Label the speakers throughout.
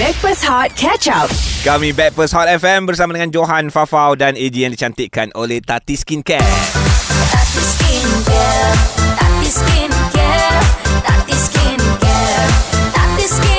Speaker 1: Backpass Hot Catch Up.
Speaker 2: Kami Backpast Hot FM bersama dengan Johan, Fafau dan AG yang dicantikkan oleh Tati Skincare.
Speaker 3: Tati Skincare, Tati Skincare, Tati Skincare, Tati Skincare.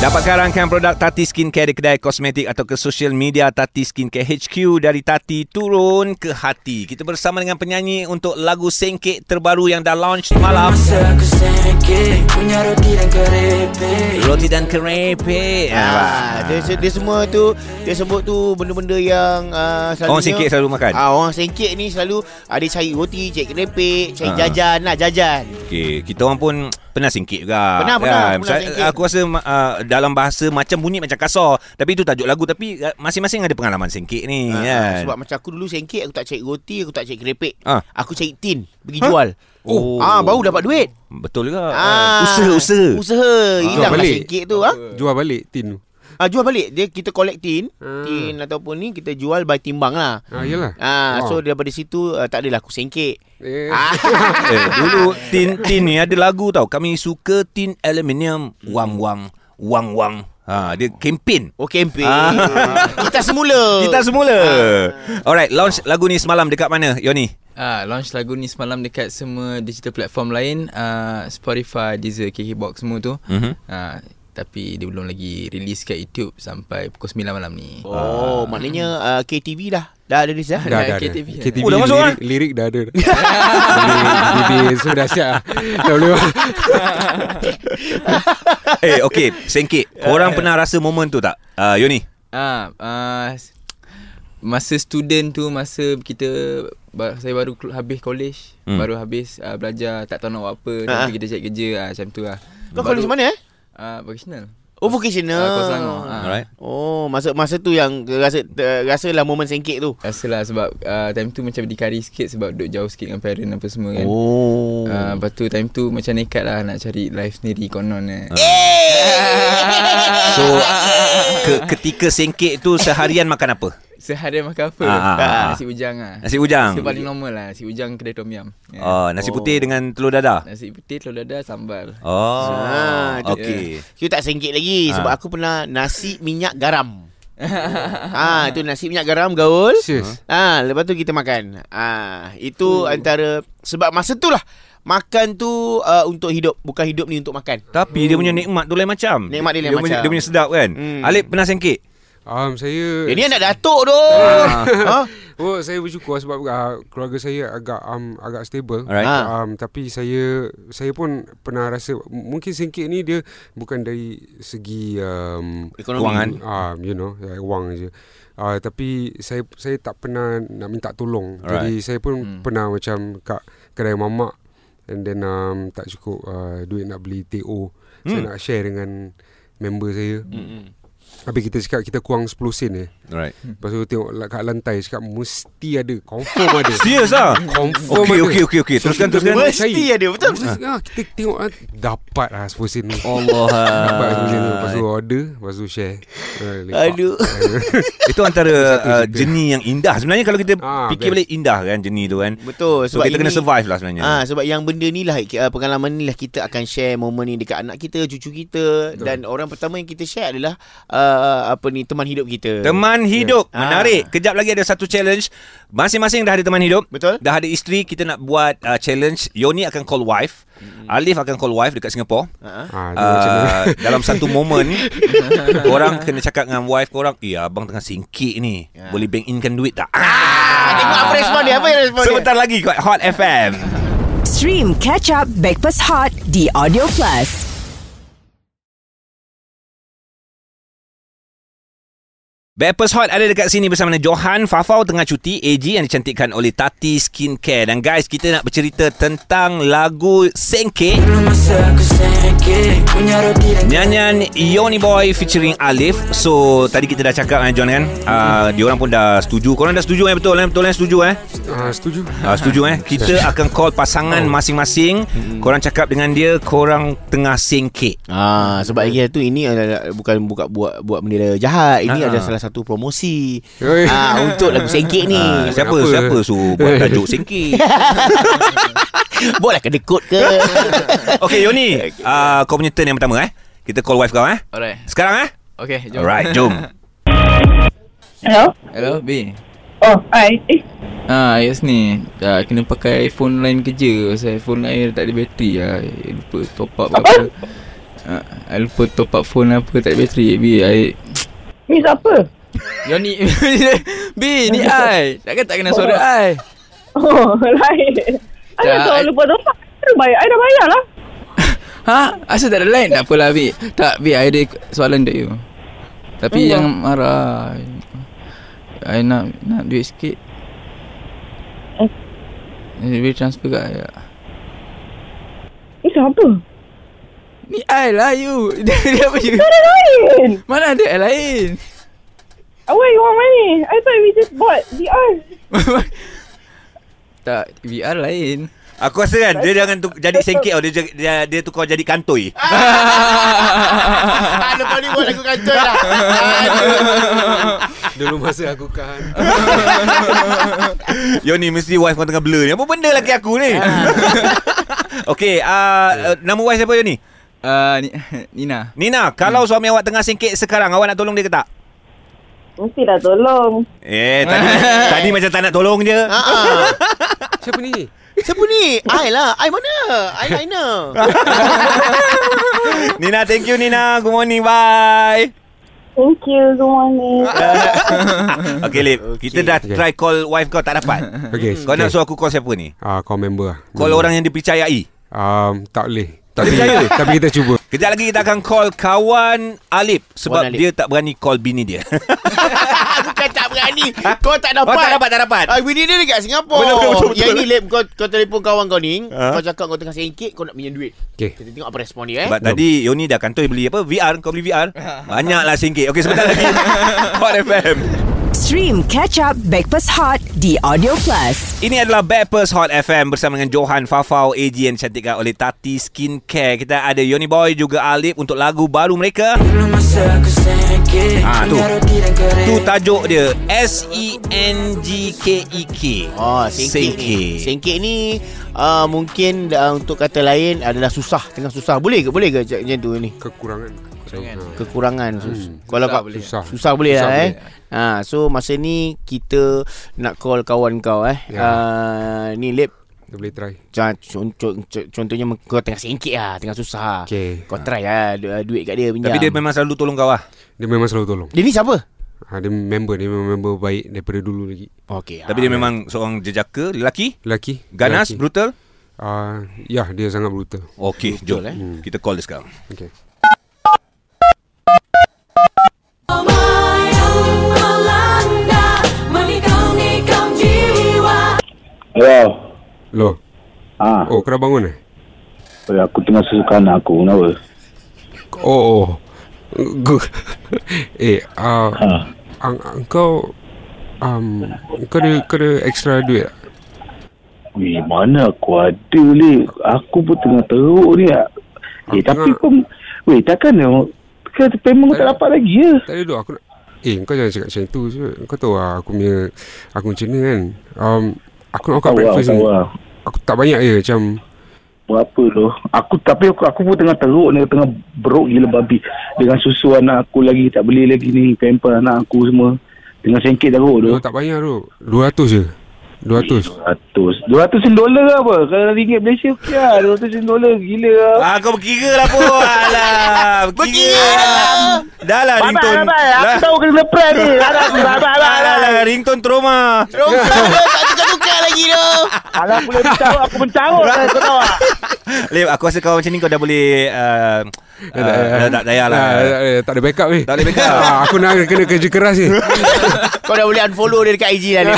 Speaker 2: Dapatkan rangkaian produk Tati Skincare di kedai kosmetik atau ke social media Tati Skincare HQ dari Tati turun ke hati. Kita bersama dengan penyanyi untuk lagu Sengkek terbaru yang dah launch malam.
Speaker 4: Masa aku sengkit Punya roti dan keripik
Speaker 2: Roti dan kerepek.
Speaker 5: Ah, dia, se- dia semua tu Dia sebut tu Benda-benda yang uh, selalunya,
Speaker 2: Orang sengkit selalu makan?
Speaker 5: ah, Orang sengkit ni selalu Ada cari roti Cari kerepek Cari
Speaker 2: Ah.
Speaker 5: jajan lah Jajan
Speaker 2: Okey, kita orang pun pernah singkit juga. Ya,
Speaker 5: Pernah, pernah, pernah
Speaker 2: Saya-
Speaker 5: singkit.
Speaker 2: Aku rasa ma- uh, dalam bahasa macam bunyi macam kasar. Tapi itu tajuk lagu tapi uh, masing-masing ada pengalaman singkit ni
Speaker 5: Ah,
Speaker 2: kan.
Speaker 5: Sebab macam aku dulu sengkit Aku tak cari roti Aku tak cari kerepek
Speaker 2: Ah.
Speaker 5: Aku cari tin Pergi jual Oh. Ah, baru dapat duit.
Speaker 2: betul juga. Eh.
Speaker 5: Ah,
Speaker 2: Usaha-usaha.
Speaker 5: Usaha.
Speaker 2: Ah,
Speaker 5: Hilanglah
Speaker 6: balik.
Speaker 5: sengkit tu ah.
Speaker 6: Jual balik tin tu.
Speaker 5: Ah, jual balik. Dia kita collect tin,
Speaker 6: Ah.
Speaker 5: tin ataupun ni kita jual by timbang lah.
Speaker 6: Ah yalah.
Speaker 5: Ah, so daripada situ uh, tak adalah aku Ah. sengkit.
Speaker 6: eh,
Speaker 2: eh, dulu tin tin ni ada lagu tau. Kami suka tin aluminium wang-wang wang-wang. Ha, dia kempen.
Speaker 5: Oh, campaign.
Speaker 2: Ah.
Speaker 5: kita semula.
Speaker 2: Kita semula.
Speaker 5: Ah.
Speaker 2: Alright, launch lagu ni semalam dekat mana, Yoni?
Speaker 7: Ah, launch lagu ni semalam dekat semua digital platform lain uh, Spotify, Deezer, KK Box semua tu
Speaker 2: Mhm.
Speaker 7: Ah, Tapi dia belum lagi release kat YouTube sampai pukul 9 malam ni
Speaker 5: Oh, maknanya uh, KTV dah. Dah ada list eh? dah.
Speaker 6: Dah, dah, dah.
Speaker 7: KTV.
Speaker 6: KTV
Speaker 2: Oh, dah masuk,
Speaker 6: lirik, lirik dah ada. Boleh, so dah siap. lah. Dah boleh.
Speaker 2: eh, okay, sengkit. Korang pernah rasa momen tu tak? Uh, Yoni?
Speaker 7: Ah, ah, s- masa student tu masa kita ba- saya baru kelu- habis college,
Speaker 2: Hmm.
Speaker 7: hmm. baru habis ah, belajar tak tahu nak buat apa,
Speaker 5: Ah,
Speaker 7: lepas
Speaker 5: ah.
Speaker 7: tu kita cari kerja ah macam tu ah.
Speaker 5: Kau college mana eh?
Speaker 7: Ah, vocational.
Speaker 5: Oh, vocational.
Speaker 7: Ah, Kuala Selangor. Ah.
Speaker 2: Alright.
Speaker 5: Oh, masa masa tu yang rasa ter, rasalah momen sengkit tu.
Speaker 7: Rasalah sebab ah, time tu macam dikari sikit sebab duduk jauh sikit dengan parent apa semua kan.
Speaker 5: Oh.
Speaker 7: Ah, lepas tu time tu macam nekat lah nak cari life sendiri konon eh.
Speaker 2: Ah. So, ke, ketika sengkit tu seharian makan apa?
Speaker 7: Sehari makan apa?
Speaker 2: Ah, ah, ah.
Speaker 7: Nasi ujang ah.
Speaker 2: Nasi ujang.
Speaker 7: Itu paling normal lah Nasi ujang kedai tom yum Ya.
Speaker 2: Oh, nasi putih dengan telur dadah.
Speaker 7: Nasi putih, telur dadah, sambal
Speaker 2: Oh,
Speaker 5: Ah, itu-
Speaker 2: okay.
Speaker 5: Kita tak sengkit lagi
Speaker 2: Ah.
Speaker 5: sebab aku pernah nasi minyak garam. ah, itu nasi minyak garam gaul.
Speaker 6: Serius?
Speaker 5: Ah, lepas tu kita makan. Ah, itu antara sebab masa tu lah makan tu uh, untuk hidup, bukan hidup ni untuk makan.
Speaker 2: Tapi dia punya nikmat tu lain macam.
Speaker 5: Nikmat dia lain
Speaker 2: punya,
Speaker 5: macam.
Speaker 2: Dia punya sedap kan.
Speaker 5: Hmm.
Speaker 2: Alip pernah sengkit?
Speaker 6: Um, saya
Speaker 5: Eh, ni anak datuk tu. ha?
Speaker 6: Oh, saya bersyukur sebab uh, keluarga saya agak um, agak stable.
Speaker 2: Alright.
Speaker 5: Ah.
Speaker 6: Um, tapi saya saya pun pernah rasa m- mungkin singkit ni dia bukan dari segi um,
Speaker 5: Ekonomi.
Speaker 2: Kewangan.
Speaker 6: um, you know like wang je. Uh, tapi saya saya tak pernah nak minta tolong.
Speaker 2: Alright.
Speaker 6: Jadi saya pun hmm. pernah macam kat kedai mamak and then um, tak cukup uh, duit nak beli TO. Hmm. Saya nak share dengan member saya. Hmm. Habis kita cakap kita kurang 10 sen eh.
Speaker 2: Alright.
Speaker 6: Lepas tu tengok la- kat lantai cakap mesti ada, confirm ada.
Speaker 2: Serius lah?
Speaker 6: Confirm
Speaker 2: Okey,
Speaker 6: ada.
Speaker 2: okey, okey, okey. Teruskan, teruskan.
Speaker 6: What?
Speaker 5: Mesti
Speaker 6: Cari.
Speaker 5: ada betul.
Speaker 6: Ah, kita tengok ah, dapat lah 10 sen tu.
Speaker 2: Allah.
Speaker 6: Dapat 10 sen tu. Lepas tu order, lepas tu share. Ah, lepak.
Speaker 5: Aduh.
Speaker 2: Itu antara uh, jenis yang indah. Sebenarnya kalau kita
Speaker 6: Ah,
Speaker 2: fikir
Speaker 6: best.
Speaker 2: balik indah kan jenis tu kan.
Speaker 5: Betul
Speaker 2: So kita kena survive lah sebenarnya.
Speaker 5: Ah sebab yang benda ni lah ki- ah, pengalaman ni lah kita akan share momen ni dekat anak kita, cucu kita Betul. dan orang pertama yang kita share adalah uh, apa ni teman hidup kita.
Speaker 2: Teman hidup
Speaker 5: Ah.
Speaker 2: Menarik Kejap lagi ada satu challenge Masing-masing dah ada teman hidup
Speaker 5: Betul.
Speaker 2: Dah ada isteri Kita nak buat uh, challenge Yoni akan call wife
Speaker 5: Hmm.
Speaker 2: Alif akan call wife Dekat Singapura
Speaker 5: Ha?
Speaker 6: Ah, dia macam mana?
Speaker 2: uh, Dalam satu momen Korang kena cakap dengan wife korang Eh abang tengah singkit ni
Speaker 6: Ya.
Speaker 2: Boleh bank inkan duit tak? Ah,
Speaker 5: Ah, tengok apa respon dia, apa yang respon dia?
Speaker 2: Sebentar lagi kat Hot FM
Speaker 1: Stream Catch Up Backpass Hot di Audio Plus.
Speaker 2: Bappers Hot ada dekat sini bersama dengan Johan Fafau tengah cuti AG yang dicantikkan oleh Tati Skincare Dan guys kita nak bercerita tentang lagu Sengke
Speaker 4: Dulu masa aku sengkit Punya roti dan
Speaker 2: Nyanyian Yoni Boy featuring Alif So tadi kita dah cakap dengan John kan uh, Diorang pun dah setuju Korang dah setuju eh betul eh Betul eh setuju eh
Speaker 6: Ah, setuju.
Speaker 2: uh, Setuju eh Kita akan call pasangan masing-masing Korang cakap dengan dia Korang tengah sengkek
Speaker 5: Ah sebab lagi tu ini adalah bukan buka buat buat benda jahat. Ini
Speaker 2: Ah.
Speaker 5: adalah salah satu promosi.
Speaker 6: Oi.
Speaker 5: ah untuk lagu sengkit ni.
Speaker 2: Ah, siapa
Speaker 6: Apa?
Speaker 2: siapa suruh buat tajuk sengkek
Speaker 5: Buatlah kedekut ke.
Speaker 2: Okay Yoni uh, Kau Ah, punya turn yang pertama eh Kita call wife kau eh.
Speaker 7: Alright.
Speaker 2: Sekarang eh?
Speaker 7: Okay, jom.
Speaker 2: Alright, jom.
Speaker 8: Hello?
Speaker 7: Hello, B.
Speaker 8: Oh, hi. Eh,
Speaker 7: Ah, yes ni. Ah, kena pakai phone lain kerja. Pasal phone lain tak ada bateri lah. I lupa top up apa. Ah, I lupa top up phone apa tak ada bateri. B, I...
Speaker 8: ni siapa?
Speaker 7: Yoni. B, ni I. Takkan tak kena suara I.
Speaker 8: Oh, lain. I
Speaker 7: Tak,
Speaker 8: dah tahu
Speaker 7: I-
Speaker 8: lupa tempat. Kena bayar. I dah bayar lah.
Speaker 7: Ha? Asal tak ada line? Tak apalah, B. Tak, B, I ada soalan untuk you. Tapi
Speaker 8: Apa?
Speaker 7: jangan marah. I nak, nak duit sikit.
Speaker 8: Eh.
Speaker 7: Eh, Boleh transfer kat I tak?
Speaker 8: Ni siapa?
Speaker 7: Ni I lah you Dia, dia apa you
Speaker 8: Lain.
Speaker 7: Mana ada I lain
Speaker 8: Why you want money? I thought we just bought VR.
Speaker 7: Tak VR lain
Speaker 2: Aku rasa kan dia jangan tuk, jadi sengkit tau dia, dia dia- dia tukar jadi kantoi.
Speaker 5: Ah, lepas ni buat lagu kacau lah.
Speaker 6: Dulu masa aku kan
Speaker 2: Yo ni mesti wife kau tengah blur ni. Apa benda laki aku ni? Okey, uh, nama wife siapa Yo ni?
Speaker 7: uh, ni, Nina
Speaker 2: Nina, kalau suami awak tengah sengkit sekarang, awak nak tolong dia ke tak?
Speaker 8: Mestilah tolong.
Speaker 2: Eh, tadi tadi macam tak nak tolong je.
Speaker 5: Ah, ah.
Speaker 6: Siapa ni?
Speaker 2: Hmm.
Speaker 5: Siapa ni? I lah. I mana? I liner.
Speaker 2: Nina, thank you Nina. Good morning, bye.
Speaker 8: Thank you. Good morning.
Speaker 2: Okey, Lip. Kita dah
Speaker 6: Hmm. Okay.
Speaker 2: try call wife kau tak dapat.
Speaker 6: Okay,
Speaker 2: Kau nak suruh aku call siapa ni?
Speaker 6: Ah, kau member lah
Speaker 2: Call orang yang dipercayai.
Speaker 6: um, Tak boleh Tapi,
Speaker 2: percaya?
Speaker 6: tapi kita cuba
Speaker 2: Kejap lagi kita akan call kawan Alip sebab
Speaker 5: Kawan Alip.
Speaker 2: dia tak berani call bini dia.
Speaker 5: Bukan tak berani. Kau tak
Speaker 2: Oh,
Speaker 5: dapat.
Speaker 2: tak dapat, tak dapat.
Speaker 5: Ah, bini dia dekat Singapura.
Speaker 2: Betul, betul, betul, betul.
Speaker 5: Yang ni, Lip, kau, kau telefon kawan kau ni.
Speaker 2: Ah.
Speaker 5: Kau cakap kau tengah sengkit, kau nak pinjam duit.
Speaker 6: Okay
Speaker 5: Kita tengok apa respon dia eh.
Speaker 2: Sebab tadi Yoni dah kantoi beli apa? VR, kau beli VR? Banyaklah singkit. Okey, sebentar lagi. Hot FM.
Speaker 1: Stream Catch Up Backpass Hot The Audio Plus.
Speaker 2: Ini adalah Backpers Hot FM bersama dengan Johan Fafau, AG yang dicantikkan oleh Tati Skincare. Kita ada Yoni Boy juga Alip untuk lagu baru mereka.
Speaker 4: Dulu masa aku sengkit
Speaker 2: Ah, tu.
Speaker 4: Punya roti dan kering
Speaker 2: Tu tajuk dia S-E-N-G-K-E-K.
Speaker 5: Oh,
Speaker 2: ah,
Speaker 5: sengkit,
Speaker 2: Sengkit.
Speaker 5: ni. Sengkit ni uh, mungkin uh, untuk kata lain adalah susah, tengah susah. Boleh ke? Boleh ke cak- macam tu ni?
Speaker 6: Kekurangan Kekurangan
Speaker 5: Kekurangan sus. Kalau
Speaker 7: Hmm, Susah
Speaker 5: kau
Speaker 7: boleh.
Speaker 5: susah. susah boleh
Speaker 7: Susah
Speaker 5: lah eh.
Speaker 7: boleh.
Speaker 5: Ha, so masa ni kita nak call kawan kau eh.
Speaker 6: Ya.
Speaker 5: Yeah. Uh, ni Lip
Speaker 6: Kita Ah, boleh try
Speaker 5: Ca- con- con- con- Contohnya kau tengah sengkit lah Tengah susah
Speaker 6: Okey.
Speaker 5: Kau try lah du- duit kat dia pinjam
Speaker 2: Tapi dia memang selalu tolong kau lah.
Speaker 6: Dia memang selalu tolong
Speaker 5: Dia ni siapa?
Speaker 6: ha, Dia member Dia memang member baik Daripada dulu lagi
Speaker 5: Okey. ah.
Speaker 2: Tapi dia memang seorang jejaka, lelaki,
Speaker 6: Lelaki
Speaker 2: ganas,
Speaker 6: lelaki.
Speaker 2: brutal.
Speaker 6: Ah, Ya dia sangat brutal
Speaker 2: Okey, jom.
Speaker 5: Brutal, eh?
Speaker 2: Kita call dia sekarang.
Speaker 6: Okay
Speaker 3: Oh
Speaker 9: Hello.
Speaker 6: Hello
Speaker 9: Ha,
Speaker 6: Oh kau dah bangun eh?
Speaker 9: oh. aku tengah susukan anak aku. Kenapa?
Speaker 6: Oh oh Good Eh ah,
Speaker 9: Ha.
Speaker 6: ang, ang, Kau um, Kau ada Kau ada extra duit tak?
Speaker 9: Weh, mana aku ada ni? Aku pun tengah teruk ni. Eh,
Speaker 6: Aku
Speaker 9: tapi
Speaker 6: tengah-
Speaker 9: kau... Weh, takkan ni? Kan payment kau tak dapat lagi ya?
Speaker 6: Tak ada duk aku nak Eh kau jangan cakap macam tu je. Kau tahu lah aku punya Aku macam ni kan um, Aku nak makan
Speaker 9: Tahu lah,
Speaker 6: breakfast ni
Speaker 9: tahu lah.
Speaker 6: Aku tak banyak je macam
Speaker 9: Berapa tu? Aku tapi aku, aku pun tengah teruk ni. Tengah broke gila babi. Dengan susu anak aku lagi. Tak beli lagi ni. Pamper anak aku semua. Tengah sengkit teruk tu.
Speaker 6: Dua tak banyak tu 200 je 200
Speaker 9: 200 200 sen dolar ke apa? Kalau ringgit Malaysia okey lah. 200 sen dolar gila lah.
Speaker 2: Ah, kau berkira lah pun. Alah, berkira. Dah lah
Speaker 9: Abang,
Speaker 2: ringtone.
Speaker 9: abang, aku
Speaker 2: Lah.
Speaker 9: tahu kena prank ni. Abang, abang, abang, abang,
Speaker 2: Alah,
Speaker 9: abang.
Speaker 2: alah, ringtone trauma.
Speaker 5: Terus tak tukar-tukar lagi tu.
Speaker 9: Alah, boleh mencarut, aku mencarut lah, kau tahu tak?
Speaker 2: Lip, aku rasa kau macam ni kau dah boleh... Uh,
Speaker 6: Eh,
Speaker 2: uh, dah tak payah lah.
Speaker 6: Ah, tak ada- Tak ada backup ni
Speaker 2: Tak boleh backup.
Speaker 6: Ah, Aku nak kena kerja keras ni
Speaker 5: Kau dah boleh unfollow dia dekat IG lah ni.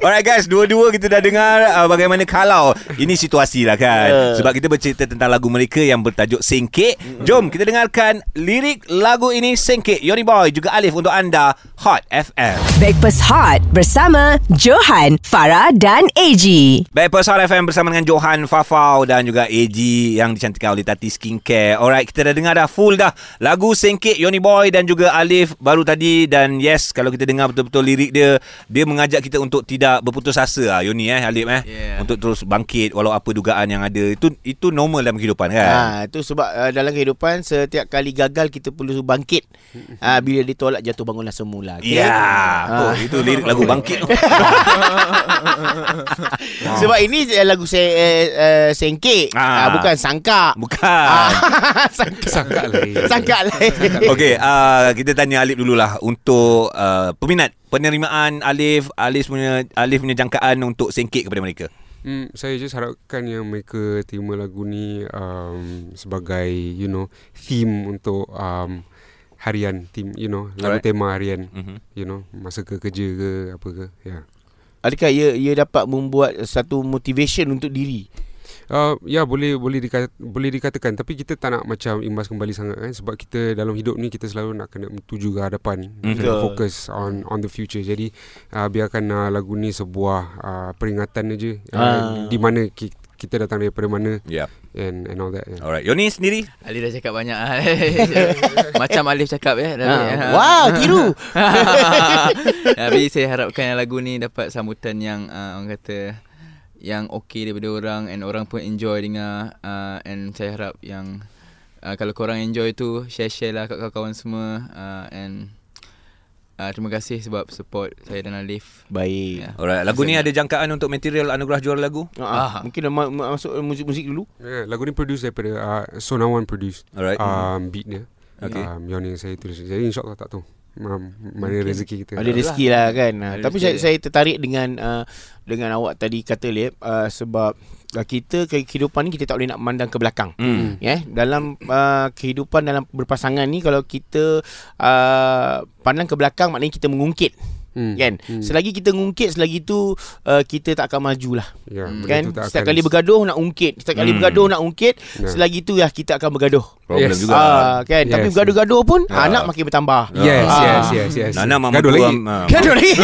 Speaker 2: Alright guys, dua-dua kita dah dengar uh, bagaimana kalau ini situasi lah kan.
Speaker 5: Yeah.
Speaker 2: Sebab kita bercerita tentang lagu mereka yang bertajuk Sengkit. Jom kita dengarkan lirik lagu ini Sengkit. Yoni Boy juga Alif untuk anda Hot FM.
Speaker 1: Backpass Hot bersama Johan, Farah dan dan AG.
Speaker 2: Backpast Hot FM bersama dengan Johan Fafau dan juga AG yang dicantikkan oleh Tati Skincare. Alright, kita dah dengar dah full dah lagu Sengkit Yoni Boy dan juga Alif baru tadi dan yes kalau kita dengar betul-betul lirik dia dia mengajak kita untuk tidak berputus asa ah Yoni eh Alif eh
Speaker 7: Yeah.
Speaker 2: untuk terus bangkit walau apa dugaan yang ada. Itu itu normal dalam kehidupan kan.
Speaker 5: Ha, tu sebab uh, dalam kehidupan setiap kali gagal kita perlu bangkit. Uh, bila ditolak jatuh bangunlah semula. Okay?
Speaker 2: Ya, yeah. oh,
Speaker 5: Ah.
Speaker 2: itu lirik lagu bangkit tu.
Speaker 5: Sebab ini eh, lagu se, eh, eh, sengkit.
Speaker 2: Ah.
Speaker 5: Ah. bukan sangka.
Speaker 2: Bukan.
Speaker 5: Ah, sangka.
Speaker 6: Sangka lain
Speaker 5: Sangka lain.
Speaker 2: Okey, uh, kita tanya Alif dululah untuk uh, peminat penerimaan Alif, Alif punya Alif punya jangkaan untuk singkit kepada mereka.
Speaker 6: Hmm, saya just harapkan yang mereka terima lagu ni um, sebagai you know theme untuk um, harian theme you know lagu
Speaker 2: Alright.
Speaker 6: tema harian
Speaker 2: Mhm.
Speaker 6: you know masa ke kerja ke apa ke ya yeah.
Speaker 5: Adakah ia ia dapat membuat satu motivation untuk diri?
Speaker 6: Uh, ya boleh boleh dikata, boleh dikatakan tapi kita tak nak macam imbas kembali sangat kan sebab kita dalam hidup ni kita selalu nak kena menuju ke hadapan mm-hmm.
Speaker 5: Mhm. Betul.
Speaker 6: kena fokus on on the future jadi uh, biarkan uh, lagu ni sebuah uh, peringatan aja uh,
Speaker 5: Ah.
Speaker 6: di mana ki, kita datang daripada mana
Speaker 2: Ya. Yep.
Speaker 6: and and all that yeah.
Speaker 2: Alright, Yoni sendiri?
Speaker 7: Alif dah cakap banyak ah. Macam Alif cakap ya
Speaker 5: Ha. Wow, tiru.
Speaker 7: Tapi saya harapkan yang lagu ni dapat sambutan yang uh, orang kata yang okey daripada orang and orang pun enjoy dengar uh, and saya harap yang uh, kalau korang enjoy tu share-share lah kat kawan-kawan semua uh, and uh, terima kasih sebab support saya dan Alif. Ya.
Speaker 5: Baik.
Speaker 2: Alright, lagu ni ada jangkaan untuk material anugerah juara lagu?
Speaker 5: Ah, mungkin ma- ma- masuk muzik-muzik dulu.
Speaker 6: Yeah, lagu ni produce daripada uh, Sonawan produce
Speaker 2: Alright.
Speaker 6: um, beat dia
Speaker 2: Okay.
Speaker 6: um, yang yang saya tulis jadi insyaAllah tak tahu um, mana rezeki kita
Speaker 5: Ada rezeki lah kan. Ha,
Speaker 7: Ada
Speaker 5: Tapi
Speaker 7: rezeki
Speaker 5: saya,
Speaker 7: dia.
Speaker 5: saya tertarik dengan uh, dengan awak tadi kata Lip uh, sebab uh, kita ke- kehidupan ni kita tak boleh nak mandang ke belakang.
Speaker 2: Hmm.
Speaker 5: Ya, yeah, dalam uh, kehidupan dalam berpasangan ni kalau kita uh, pandang ke belakang maknanya kita mengungkit
Speaker 6: hmm.
Speaker 5: kan. Selagi kita mengungkit selagi tu uh, kita tak akan majulah.
Speaker 6: yeah, Ya, benda
Speaker 5: kan
Speaker 6: tu tak akan-
Speaker 5: setiap kali bergaduh nak ungkit, setiap kali
Speaker 2: Hmm.
Speaker 5: bergaduh nak ungkit,
Speaker 6: Ya.
Speaker 5: selagi tu ya kita akan bergaduh.
Speaker 2: Problem
Speaker 6: Yes.
Speaker 2: juga.
Speaker 5: Ah, kan.
Speaker 6: Yes. Ya.
Speaker 5: Tapi bergaduh-gaduh pun
Speaker 2: Ah.
Speaker 5: anak makin bertambah. Kan,
Speaker 6: Yes,
Speaker 5: Ah.
Speaker 6: yes, yes, yes.
Speaker 2: Nana mama
Speaker 6: Gaduh
Speaker 2: tua.
Speaker 6: lagi.
Speaker 2: ah.
Speaker 5: Gaduh lagi.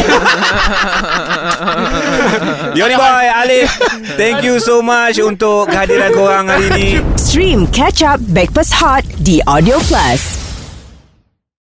Speaker 2: Yoni Boy, Alif, thank you so much untuk kehadiran korang hari ni.
Speaker 1: Stream Catch Up Breakfast Hot di Audio Plus.